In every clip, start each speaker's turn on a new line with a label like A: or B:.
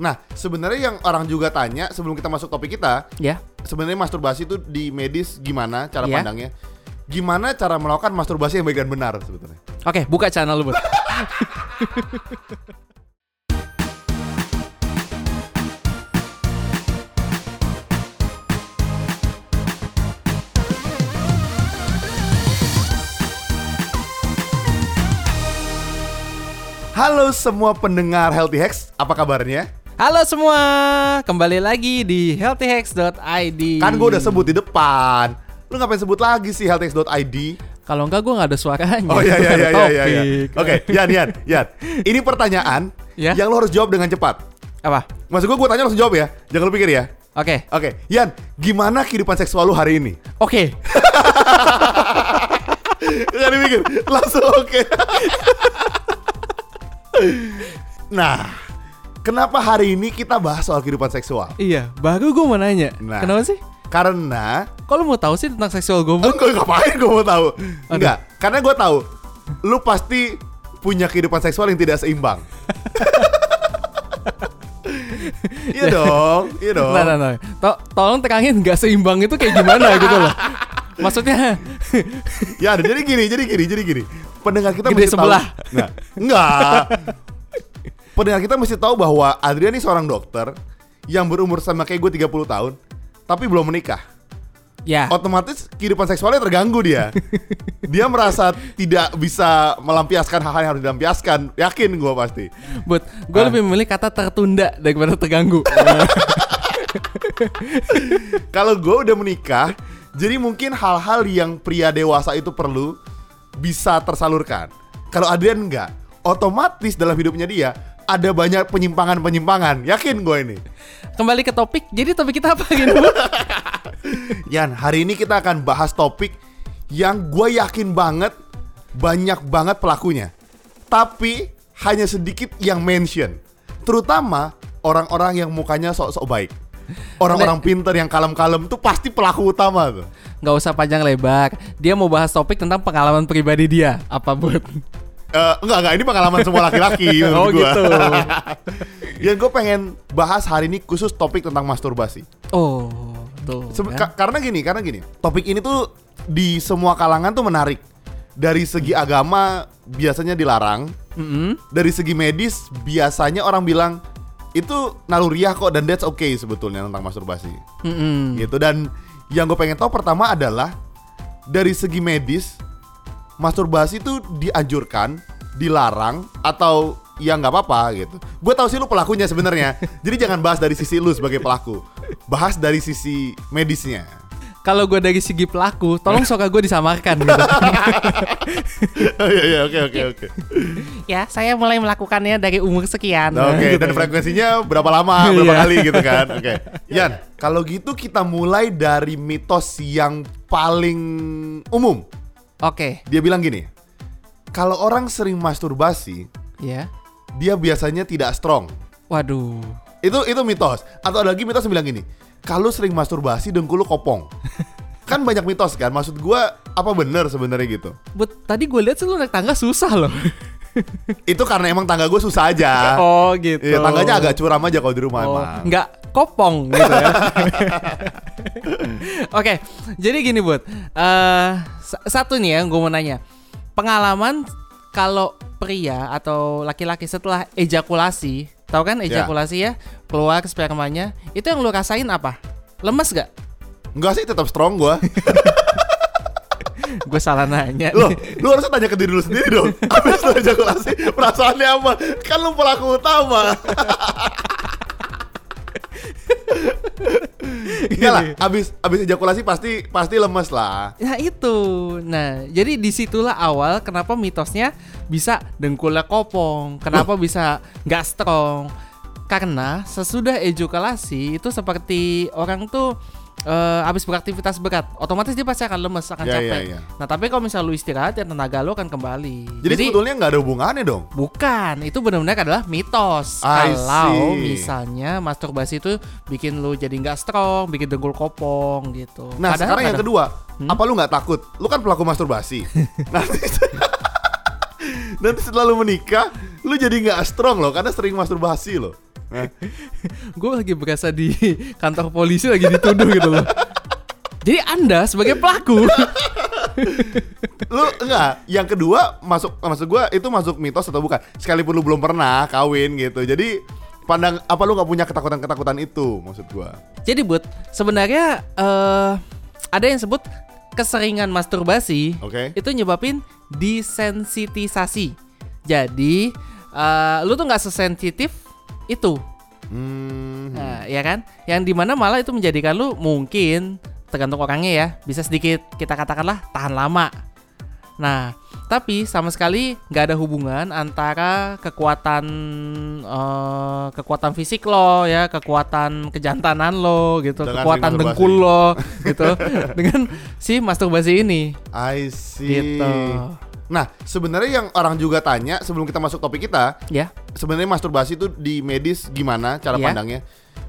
A: Nah, sebenarnya yang orang juga tanya sebelum kita masuk topik kita,
B: Ya.
A: sebenarnya masturbasi itu di medis gimana cara
B: Iya.
A: pandangnya? Gimana cara melakukan masturbasi yang baik dan benar sebetulnya?
B: Oke, buka channel lu, Bud.
A: Halo semua pendengar Healthy Hacks, apa kabarnya?
B: Halo semua, kembali lagi di healthyhacks.id.
A: Kan gue udah sebut di depan. Lu ngapain sebut lagi sih healthx.id?
B: Kalau enggak gue nggak ada suaranya.
A: Oh iya iya
B: Nggak
A: iya iya
B: ada
A: iya. iya.
B: topik.
A: Oke, Yan Yan Yan. Ini pertanyaan
B: Ya?
A: yang lu harus jawab dengan cepat.
B: Apa?
A: Maksud gue gue tanya langsung jawab ya. Jangan lu pikir ya.
B: Oke.
A: Oke, Yan, gimana kehidupan seksual lu hari ini?
B: Oke.
A: Gak dipikir, langsung oke. nah, kenapa hari ini kita bahas soal kehidupan seksual?
B: Iya, baru gue mau nanya.
A: Nah.
B: Kenapa sih?
A: Karena
B: Kalau mau tahu sih tentang seksual gue, Bud?
A: enggak ngapain gue mau tahu? Enggak, karena gue tahu lu pasti punya kehidupan seksual yang tidak seimbang. iya dong, iya dong.
B: Nah, nah, nah. To- tolong terangin nggak seimbang itu kayak gimana gitu loh. Maksudnya
A: Ya, ada- jadi gini, jadi gini, jadi gini. Pendengar kita
B: Gede
A: mesti
B: sebelah.
A: tahu. Nah, enggak. Pendengar kita mesti tahu bahwa Adrian ini seorang dokter yang berumur sama kayak gue 30 tahun, tapi belum menikah.
B: ya.
A: Otomatis kehidupan seksualnya terganggu dia. dia merasa tidak bisa melampiaskan hal-hal yang harus dilampiaskan. Yakin gue pasti.
B: Bud, gue
A: Ah.
B: lebih memilih kata tertunda daripada terganggu.
A: Kalau gue udah menikah, jadi mungkin hal-hal yang pria dewasa itu perlu bisa tersalurkan. Kalau Adrian enggak, otomatis dalam hidupnya dia ada banyak penyimpangan-penyimpangan. Yakin gue ini.
B: Kembali ke topik. Jadi topik kita apa gitu? Bud?
A: Yan, hari ini kita akan bahas topik yang gue yakin banget banyak banget pelakunya. Tapi hanya sedikit yang mention. Terutama orang-orang yang mukanya sok-sok baik. Orang-orang pinter yang kalem-kalem tuh pasti pelaku utama tuh.
B: nggak usah panjang lebar. Dia mau bahas topik tentang pengalaman pribadi dia. Apa buat?
A: Eh, enggak, enggak. Ini pengalaman semua laki-laki.
B: Oh,
A: menurut gua.
B: gitu.
A: Dan gue pengen bahas hari ini khusus topik tentang masturbasi.
B: Oh, tuh.
A: Se-
B: kan.
A: ka- karena gini, karena gini. Topik ini tuh di semua kalangan tuh menarik. Dari segi agama biasanya dilarang.
B: Mm-mm.
A: Dari segi medis biasanya orang bilang itu naluriah kok dan that's okay sebetulnya tentang masturbasi.
B: Mm-mm.
A: Gitu dan yang gue pengen tahu pertama adalah dari segi medis masturbasi itu dianjurkan, dilarang atau ya nggak apa-apa gitu. Gue tahu sih lu pelakunya sebenarnya. Jadi jangan bahas dari sisi lu sebagai pelaku. Bahas dari sisi medisnya.
B: Kalau gue dari segi pelaku, tolong suka gue disamarkan gitu.
A: Oh iya iya oke oke oke.
B: ya, saya mulai melakukannya dari umur sekian.
A: Nah, Oke, dan frekuensinya berapa lama, berapa
B: Gitu. Iya.
A: kali gitu kan. Oke. Yan, kalau gitu kita mulai dari mitos yang paling umum.
B: Oke,
A: Dia bilang gini, kalau orang sering masturbasi,
B: ya.
A: dia biasanya tidak strong.
B: Waduh.
A: Itu itu mitos. Atau ada lagi mitos yang bilang gini, kalau sering masturbasi dengkul lu kopong. kan banyak mitos kan. Maksud gua apa bener sebenarnya gitu?
B: But tadi gue lihat sih lu naik tangga susah loh.
A: Itu karena emang tangga gue susah aja.
B: oh gitu.
A: Iya, tangganya agak curam aja kalau di rumah
B: Oh,
A: emang.
B: nggak kopong gitu ya. Oke, jadi gini buat satu nih ya, gue mau nanya pengalaman kalau pria atau laki-laki setelah ejakulasi, tahu kan ejakulasi ya keluar spermanya, itu yang lu rasain apa? Lemes gak?
A: Enggak sih tetap strong gua.
B: Gue salah nanya.
A: Loh,
B: nih.
A: lu harusnya tanya ke diri lu sendiri dong. Habis lu ejakulasi, perasaannya apa? Kan lu pelaku utama. Enggak lah, abis, abis ejakulasi pasti pasti lemes lah.
B: Nah itu, nah jadi disitulah awal kenapa mitosnya bisa dengkulnya kopong, kenapa bisa nggak strong, karena sesudah ejakulasi itu seperti orang tuh eh, habis beraktivitas berat, otomatis dia pasti akan lemes, akan
A: Ya,
B: capek.
A: ya, ya.
B: Nah tapi kalau misal lu istirahat ya tenaga lu akan kembali.
A: Jadi, sebetulnya nggak ada hubungannya dong.
B: Bukan, itu benar-benar adalah mitos.
A: I
B: Kalau
A: see.
B: misalnya masturbasi itu bikin lu jadi nggak strong, bikin dengkul kopong gitu.
A: Nah,
B: Padahal
A: sekarang yang
B: kadang-
A: kedua, apa lu nggak takut? Lu kan pelaku masturbasi. Nanti Nah, Nanti setelah lu menikah, lu jadi nggak strong loh karena sering masturbasi loh. Nah,
B: gue lagi berasa di kantor polisi lagi dituduh gitu loh. Jadi anda sebagai pelaku,
A: lu enggak, yang kedua masuk maksud gua itu masuk mitos atau bukan? Sekalipun lu belum pernah kawin gitu. Jadi pandang apa lu nggak punya ketakutan-ketakutan itu maksud gua.
B: jadi buat sebenarnya eh ada yang sebut keseringan masturbasi
A: Oke.
B: itu nyebabin disensitisasi. Jadi eh, lu tuh nggak sesensitif itu,
A: Hmm.
B: nah, ya kan? Yang dimana malah itu menjadikan lu mungkin tergantung orangnya ya bisa sedikit kita katakanlah tahan lama. Nah, tapi sama sekali nggak ada hubungan antara kekuatan eh, kekuatan fisik lo ya, kekuatan kejantanan lo gitu,
A: Dengan si
B: kekuatan
A: masturbasi.
B: dengkul lo gitu dengan si masturbasi ini
A: I see.
B: Gitu.
A: Nah, sebenarnya yang orang juga tanya sebelum kita masuk topik kita,
B: ya.
A: sebenarnya masturbasi itu di medis gimana cara
B: Iya.
A: pandangnya?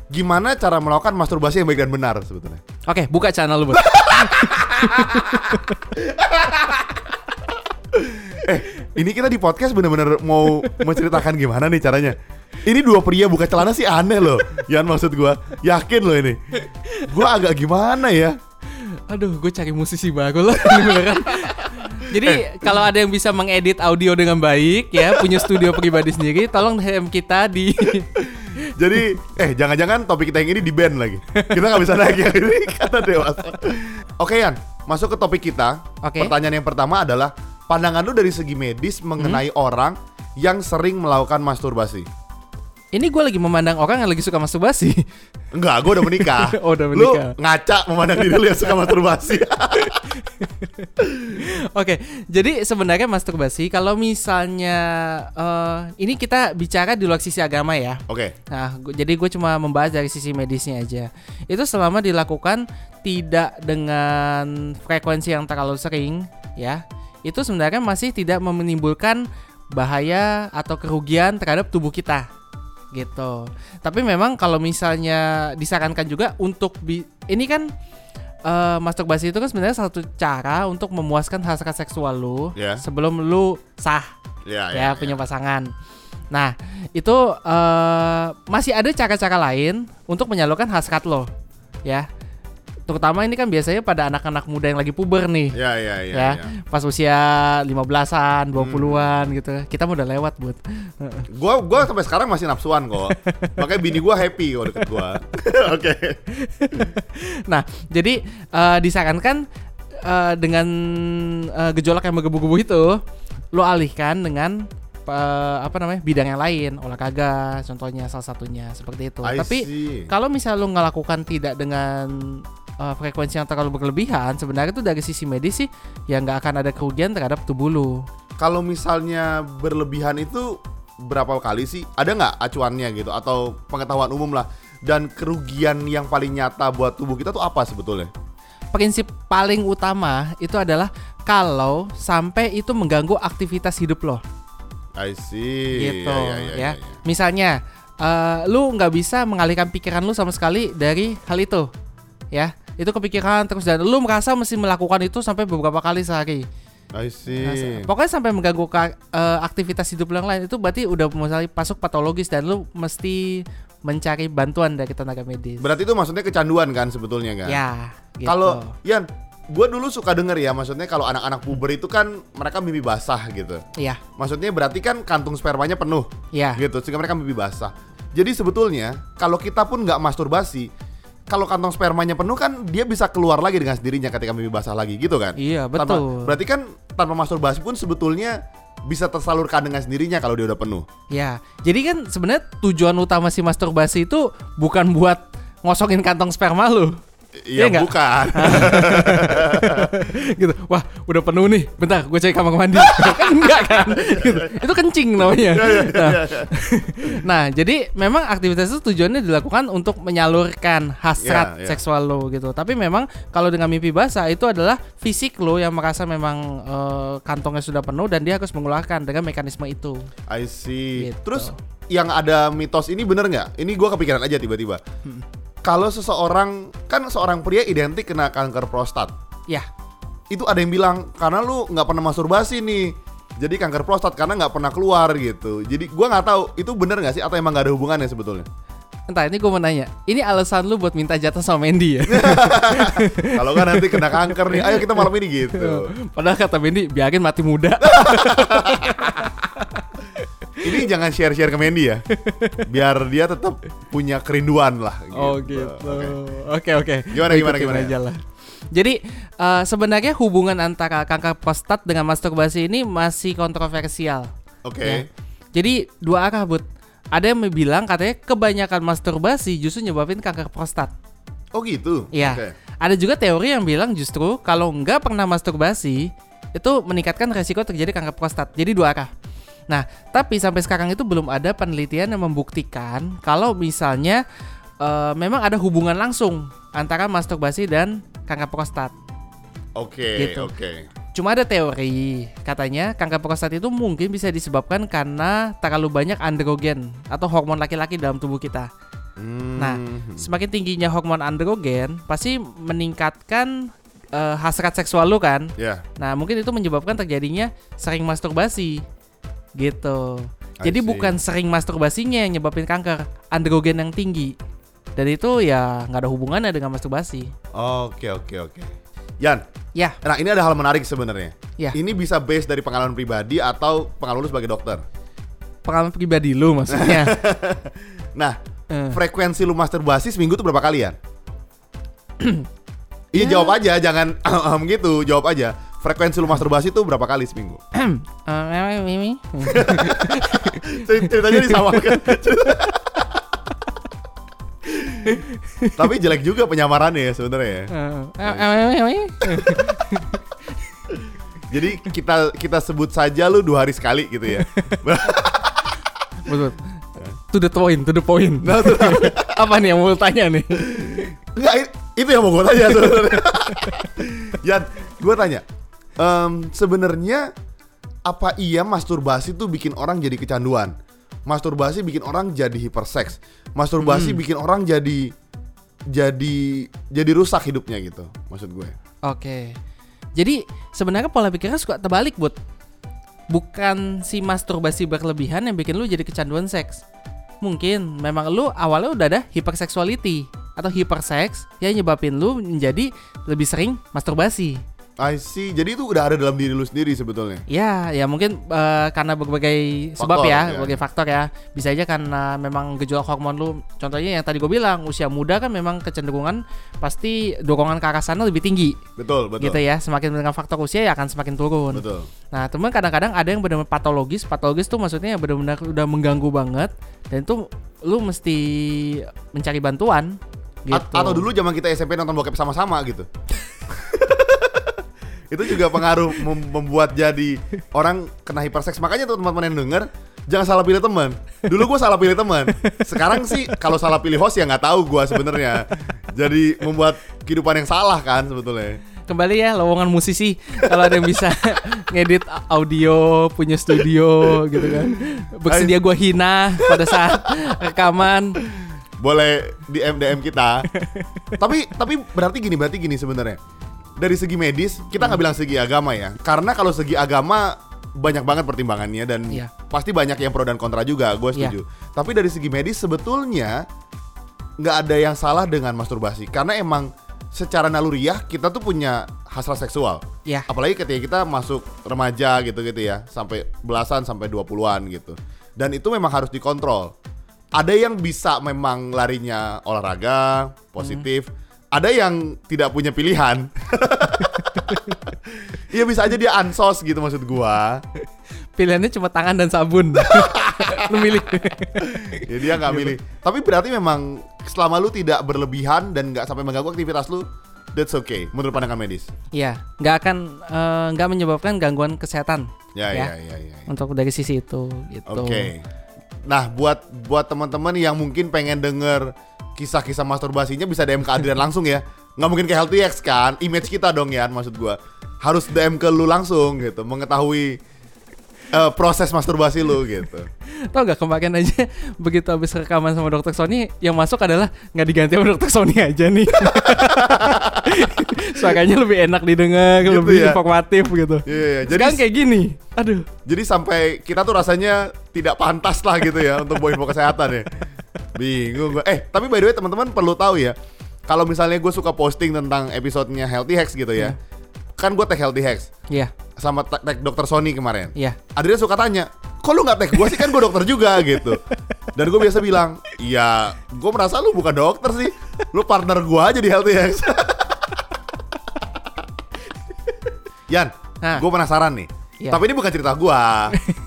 A: Gimana cara melakukan masturbasi yang baik dan benar sebetulnya?
B: Oke, buka channel lu, Bud.
A: Ini kita di podcast bener-bener mau menceritakan gimana nih caranya. Ini dua pria buka celana sih aneh loh. Yan maksud gua, yakin loh ini. Gua agak gimana ya?
B: Aduh, gue cari musisi baru lah ini beneran. Jadi kalau ada yang bisa mengedit audio dengan baik ya, punya studio pribadi sendiri, tolong DM kita di
A: Jadi, eh jangan-jangan topik kita yang ini di ban lagi. Kita nggak bisa naik yang ini karena dewasa. Oke Yan, masuk ke topik kita.
B: Oke. Hmm.
A: Pertanyaan yang pertama adalah pandangan lu dari segi medis mengenai orang yang sering melakukan masturbasi.
B: Ini gue lagi memandang orang yang lagi suka masturbasi.
A: Enggak, gue udah menikah.
B: Oh, udah menikah.
A: Lu ngaca memandang diri lu yang suka masturbasi.
B: Oke, jadi sebenarnya masturbasi kalau misalnya eh, ini kita bicara di luar sisi agama ya.
A: Oke.
B: Nah, gu- jadi gue cuma membahas dari sisi medisnya aja. Itu selama dilakukan tidak dengan frekuensi yang terlalu sering, ya, itu sebenarnya masih tidak menimbulkan bahaya atau kerugian terhadap tubuh kita, gitu. Tapi memang kalau misalnya disarankan juga untuk bi- ini kan eh, masturbasi itu kan sebenarnya satu cara untuk memuaskan hasrat seksual lu
A: Ya.
B: sebelum lu sah
A: Ya,
B: ya, punya pasangan. Nah, itu eh, masih ada cara-cara lain untuk menyalurkan hasrat lo, ya. Terutama ini kan biasanya pada anak-anak muda yang lagi puber nih,
A: Ya, ya, ya.
B: ya.
A: ya.
B: Pas usia 15-an, 20-an gitu. Kita mah udah lewat, Bud.
A: Gua gua sampai sekarang masih nafsuan kok. Makanya bini gua happy kalau deket gua. Oke.
B: Nah, jadi eh, disarankan eh, dengan eh, gejolak yang menggebu-gebu itu lo alihkan dengan eh, apa namanya bidang yang lain olahraga contohnya salah satunya seperti itu
A: I
B: tapi
A: see.
B: kalau misalnya lo ngelakukan tidak dengan uh, frekuensi yang terlalu berlebihan sebenarnya itu dari sisi medis sih ya nggak akan ada kerugian terhadap tubuh lo
A: Kalau misalnya berlebihan itu berapa kali sih? Ada nggak acuannya gitu atau pengetahuan umum lah? Dan kerugian yang paling nyata buat tubuh kita tuh apa sebetulnya?
B: prinsip paling utama itu adalah kalau sampai itu mengganggu aktivitas hidup lo
A: I see.
B: gitu
A: Ya, ya, ya,
B: ya
A: ya.
B: misalnya eh, lu nggak bisa mengalihkan pikiran lu sama sekali dari hal itu ya itu kepikiran terus dan lu merasa mesti melakukan itu sampai beberapa kali sehari
A: ya. I see.
B: Nah, se- pokoknya sampai mengganggu ka- eh, aktivitas hidup yang lain itu berarti udah mulai masuk patologis dan lu mesti mencari bantuan dari tenaga medis.
A: Berarti itu maksudnya kecanduan kan sebetulnya kan?
B: Ya, gitu.
A: Kalau Yan, gue dulu suka denger ya, maksudnya kalau anak-anak puber itu kan mereka mimpi basah gitu.
B: ya,
A: Maksudnya berarti kan kantung spermanya penuh
B: ya.
A: gitu, sehingga mereka mimpi basah. Jadi sebetulnya kalau kita pun nggak masturbasi, kalau kantong spermanya penuh kan dia bisa keluar lagi dengan sendirinya ketika mimpi basah lagi gitu kan?
B: Iya,
A: Tanpa-
B: betul.
A: berarti kan tanpa masturbasi pun sebetulnya bisa tersalurkan dengan sendirinya kalau dia udah penuh.
B: Ya. Jadi kan sebenarnya tujuan utama si masturbasi itu bukan buat ngosongin kantong sperma lu. Iya
A: Iya
B: nggak?
A: bukan.
B: gitu. Wah, udah penuh nih. Bentar, gue cek kamar mandi. Kan Enggak kan? Gitu. Itu kencing
A: Iya,
B: namanya. Nah, nah, jadi memang aktivitas itu tujuannya dilakukan untuk menyalurkan
A: Iya,
B: hasrat
A: iya.
B: seksual lo gitu. Tapi memang kalau dengan mimpi basah itu adalah fisik lo yang merasa memang eh, kantongnya sudah penuh dan dia harus mengeluarkan dengan mekanisme itu.
A: I see.
B: Gitu.
A: Terus yang ada mitos ini bener nggak? Ini gua kepikiran aja tiba-tiba.
B: Hmm.
A: Kalau seseorang kan seorang pria identik kena kanker prostat,
B: Ya,
A: itu ada yang bilang karena lu nggak pernah masturbasi nih, Jadi kanker prostat karena nggak pernah keluar gitu. Jadi gua nggak tahu itu bener nggak sih atau emang nggak ada hubungannya sebetulnya.
B: Entah ini gue mau nanya, ini alasan lu buat minta jatah sama Mendy ya?
A: Kalau kan nanti kena kanker nih, ayo kita malam ini gitu.
B: Padahal kata Mendy biarin mati muda.
A: Ini jangan share-share ke Mendy ya, biar dia tetap punya kerinduan lah. Gitu.
B: Oh gitu.
A: Oke.
B: Oke oke.
A: Gimana,
B: Gua
A: gimana,
B: ikutin
A: gimana?
B: aja lah. Jadi eh, sebenarnya hubungan antara kanker prostat dengan masturbasi ini masih kontroversial.
A: Oke.
B: ya. Jadi dua arah but. Ada yang bilang katanya kebanyakan masturbasi justru nyebabin kanker prostat.
A: Oh gitu.
B: Iya.
A: Oke.
B: Ada juga teori yang bilang justru kalau nggak pernah masturbasi itu meningkatkan resiko terjadi kanker prostat. Jadi dua arah. Nah, tapi sampai sekarang itu belum ada penelitian yang membuktikan kalau misalnya eh, memang ada hubungan langsung antara masturbasi dan kanker prostat.
A: Oke.
B: Gitu.
A: Oke.
B: Cuma ada teori katanya kanker prostat itu mungkin bisa disebabkan karena terlalu banyak androgen atau hormon laki-laki dalam tubuh kita.
A: Hmm.
B: Nah, semakin tingginya hormon androgen pasti meningkatkan eh, hasrat seksual lu kan.
A: Ya.
B: Nah, mungkin itu menyebabkan terjadinya sering masturbasi. Gitu.
A: I
B: Jadi
A: see.
B: bukan sering masturbasinya yang nyebabin kanker, androgen yang tinggi. Dan itu ya nggak ada hubungannya dengan masturbasi.
A: Oke. Oke. Oke. Yan.
B: Ya,
A: Nah ini ada hal menarik sebenarnya.
B: Ya.
A: Ini bisa based dari pengalaman pribadi atau pengalaman lu sebagai dokter.
B: pengalaman pribadi lu maksudnya.
A: Nah,
B: Eh.
A: frekuensi lu masturbasi seminggu tuh berapa kali ya? Iya jawab aja, jangan gitu, jawab aja. Frekuensi lu masturbasi tuh berapa kali seminggu?
B: Eh, Mimi.
A: Cer- Ceritanya disamakan. Cerita- Tapi jelek juga penyamarannya ya sebenarnya. ya.
B: Eh, eh, Mimi.
A: Jadi kita kita sebut saja lu dua hari sekali gitu ya.
B: Betul. To the point, to the point.
A: Nah, tuh.
B: Apa nih yang mau lu tanya nih?
A: Nggak, i- itu yang mau gue tanya sebenarnya. Yan, gue tanya, em, sebenarnya apa iya masturbasi tuh bikin orang jadi kecanduan? Masturbasi bikin orang jadi hiperseks.
B: Hmm.
A: Masturbasi bikin orang jadi jadi jadi rusak hidupnya gitu, maksud gue.
B: Oke. Jadi sebenarnya pola pikirnya suka terbalik, Bud. Bukan si masturbasi berlebihan yang bikin lu jadi kecanduan seks. Mungkin memang lu awalnya udah ada hypersexuality atau hyperseks yang nyebabin lu menjadi lebih sering masturbasi.
A: I see. Jadi itu udah ada dalam diri lu sendiri sebetulnya.
B: Ya, ya mungkin eh, karena berbagai sebab
A: Faktor,
B: ya,
A: ya.
B: berbagai faktor ya. Bisa aja karena memang gejolak hormon lu. Contohnya yang tadi gue bilang, usia muda kan memang kecenderungan pasti dorongan ke arah sana lebih tinggi,
A: Betul, betul.
B: gitu ya. Semakin dengan faktor usia ya akan semakin turun.
A: Betul.
B: Nah, teman kadang-kadang ada yang benar-benar patologis. Patologis tuh maksudnya yang benar-benar udah mengganggu banget dan itu lu mesti mencari bantuan. Gitu.
A: A- atau dulu zaman kita SMP nonton bokep sama-sama gitu. itu juga pengaruh mem- membuat jadi orang kena hiperseks. Makanya tuh teman-teman yang denger, jangan salah pilih teman. Dulu gue salah pilih teman. Sekarang sih kalau salah pilih host ya nggak tahu gue sebenarnya. Jadi membuat kehidupan yang salah kan sebetulnya.
B: kembali ya lowongan musisi kalau ada yang bisa ngedit audio punya studio gitu kan bersedia gua hina pada saat rekaman
A: Boleh DM DM kita. tapi tapi berarti gini, berarti gini sebenarnya. Dari segi medis, kita
B: Hmm.
A: nggak bilang segi agama ya. Karena kalau segi agama banyak banget pertimbangannya dan
B: Iya.
A: pasti banyak yang pro dan kontra juga, gue
B: Iya.
A: setuju. Tapi dari segi medis sebetulnya nggak ada yang salah dengan masturbasi karena emang secara naluriah kita tuh punya hasrat seksual.
B: Iya.
A: Apalagi ketika kita masuk remaja gitu-gitu ya, sampai belasan sampai 20-an gitu. Dan itu memang harus dikontrol. Ada yang bisa memang larinya olahraga, positif. Ada yang tidak punya pilihan. Iya bisa aja dia ansos gitu maksud gua.
B: pilihannya cuma tangan dan sabun lu milih
A: Ya dia
B: Iya,
A: nggak milih. Tapi berarti memang selama lu tidak berlebihan dan nggak sampai mengganggu aktivitas lu, that's okay menurut pandangan medis.
B: ya nggak akan eh, nggak menyebabkan gangguan kesehatan
A: Ya
B: Ya.
A: ya ya ya. ya.
B: untuk dari sisi itu gitu
A: Oke. Nah, buat buat teman-teman yang mungkin pengen denger kisah-kisah masturbasinya bisa DM ke Adrian langsung ya. Nggak mungkin ke HealthyX kan? Image kita dong ya maksud gua. Harus DM ke lu langsung gitu, mengetahui eh, proses masturbasi lu gitu.
B: Tau gak kemarin aja begitu habis rekaman sama dokter Sony yang masuk adalah nggak diganti sama dokter Sony aja nih. Suaranya lebih enak didengar,
A: Gitu
B: lebih
A: ya.
B: informatif gitu.
A: Iya, iya. jadi
B: Sekarang kayak gini. Aduh.
A: jadi sampai kita tuh rasanya tidak pantas lah gitu ya untuk bawa info kesehatan ya. Bingung gue. Eh, tapi by the way teman-teman perlu tahu ya, kalau misalnya gue suka posting tentang episodenya Healthy Hacks gitu ya, kan gue tag Healthy Hacks
B: Iya,
A: sama tag, tag Dokter Sony kemarin.
B: iya.
A: Adrian suka tanya, kok lu nggak tag gue sih kan gue dokter juga gitu. Dan gue biasa bilang, iya gue merasa lu bukan dokter sih, lu partner gue aja di Healthy Hacks. Yan,
B: Hah?
A: gue penasaran nih.
B: Iya.
A: Tapi ini bukan cerita gue,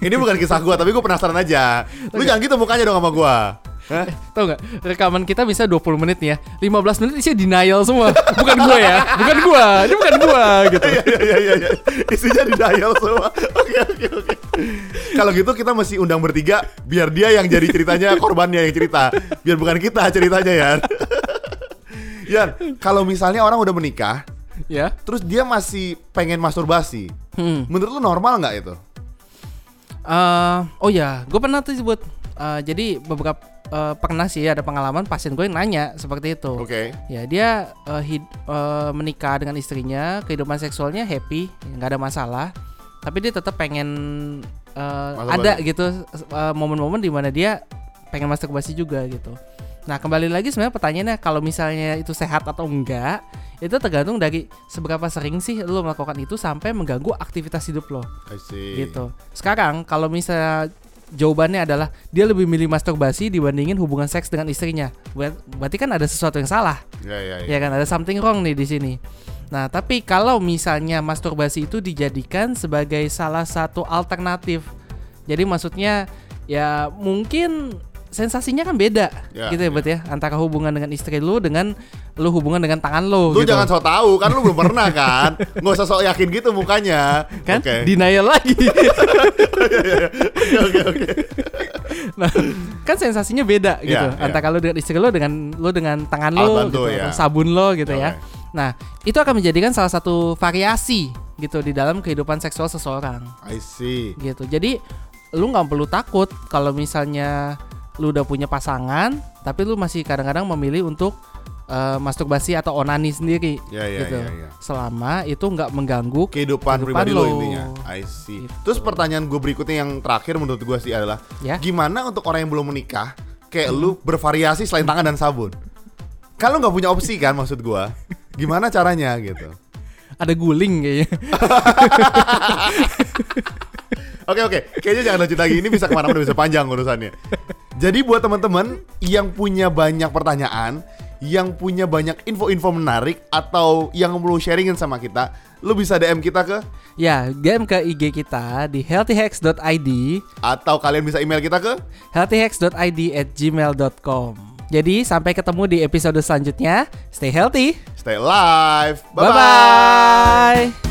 A: ini bukan kisah gue, tapi gue penasaran aja. Lu jangan gitu mukanya dong sama gue. Hah?
B: Tau gak, rekaman kita bisa 20 menit nih ya 15 menit isinya denial semua Bukan gue ya, bukan gue, ini bukan gue gitu
A: Iya iya iya iya. iya. Isinya di dial semua. Oke oke oke. Kalau gitu kita mesti undang bertiga biar dia yang jadi ceritanya korbannya yang cerita. Biar bukan kita ceritanya ya. Yan, kalau misalnya orang udah menikah
B: Ya,
A: terus dia masih pengen masturbasi.
B: hmm.
A: Menurut lu normal nggak itu?
B: Eh, Oh ya, gue pernah tuh buat eh, Jadi beberapa eh, pernah sih ada pengalaman pasien gue yang nanya seperti itu
A: Oke.
B: Ya dia eh, hid- eh, menikah dengan istrinya Kehidupan seksualnya happy, nggak ada masalah Tapi dia tetap pengen eh,
A: Masturbasi.
B: Ada gitu eh, momen-momen dimana dia pengen masturbasi juga gitu Nah kembali lagi sebenarnya pertanyaannya Kalau misalnya itu sehat atau enggak Itu tergantung dari seberapa sering sih lo melakukan itu Sampai mengganggu aktivitas hidup lo
A: I see.
B: gitu. Sekarang kalau misalnya jawabannya adalah dia lebih milih masturbasi dibandingin hubungan seks dengan istrinya. Ber- Berarti kan ada sesuatu yang salah.
A: Ya ya ya.
B: Ya kan ada something wrong nih di sini. Nah, tapi kalau misalnya masturbasi itu dijadikan sebagai salah satu alternatif. Jadi maksudnya ya mungkin sensasinya kan beda
A: Ya,
B: gitu ya, Bet ya antara hubungan dengan istri lu dengan lu hubungan dengan tangan lu
A: Lu
B: gitu.
A: jangan so tau kan lu belum pernah kan. Nggak usah sok yakin gitu mukanya.
B: kan
A: Oke.
B: denial lagi.
A: Oke oke oke.
B: Nah, kan sensasinya
A: Iya,
B: beda gitu.
A: iya.
B: Antara lu dengan istri lu dengan lu dengan tangan lu,
A: Alat bantu,
B: gitu,
A: ya.
B: atau sabun lo gitu ya.
A: Oke.
B: Nah, itu akan menjadikan salah satu variasi gitu di dalam kehidupan seksual seseorang
A: I see.
B: gitu. Jadi lu nggak perlu takut kalau misalnya lu udah punya pasangan tapi lu masih kadang-kadang memilih untuk eh, masturbasi atau onani sendiri
A: Ya ya
B: gitu.
A: ya ya.
B: Selama itu nggak mengganggu
A: kehidupan,
B: Kehidupan
A: pribadi lo
B: lo.
A: intinya. I see.
B: Gitu.
A: Terus pertanyaan gue berikutnya yang terakhir menurut gue sih adalah
B: Ya.
A: gimana untuk orang yang belum menikah kayak lu bervariasi selain tangan dan sabun. Kalau nggak punya opsi kan maksud gue, gimana caranya gitu?
B: ada guling kayaknya.
A: Oke oke, kayaknya jangan lanjut lagi. Ini bisa kemana-mana bisa panjang urusannya. Jadi buat teman-teman yang punya banyak pertanyaan, yang punya banyak info-info menarik atau yang mau sharingin sama kita, lu bisa DM kita ke
B: ya, game ke IG kita di healthyhacks.id
A: atau kalian bisa email kita ke
B: healthyhacks.id at gmail.com Jadi sampai ketemu di episode selanjutnya Stay healthy
A: Stay Live. Bye bye.
B: Bye-bye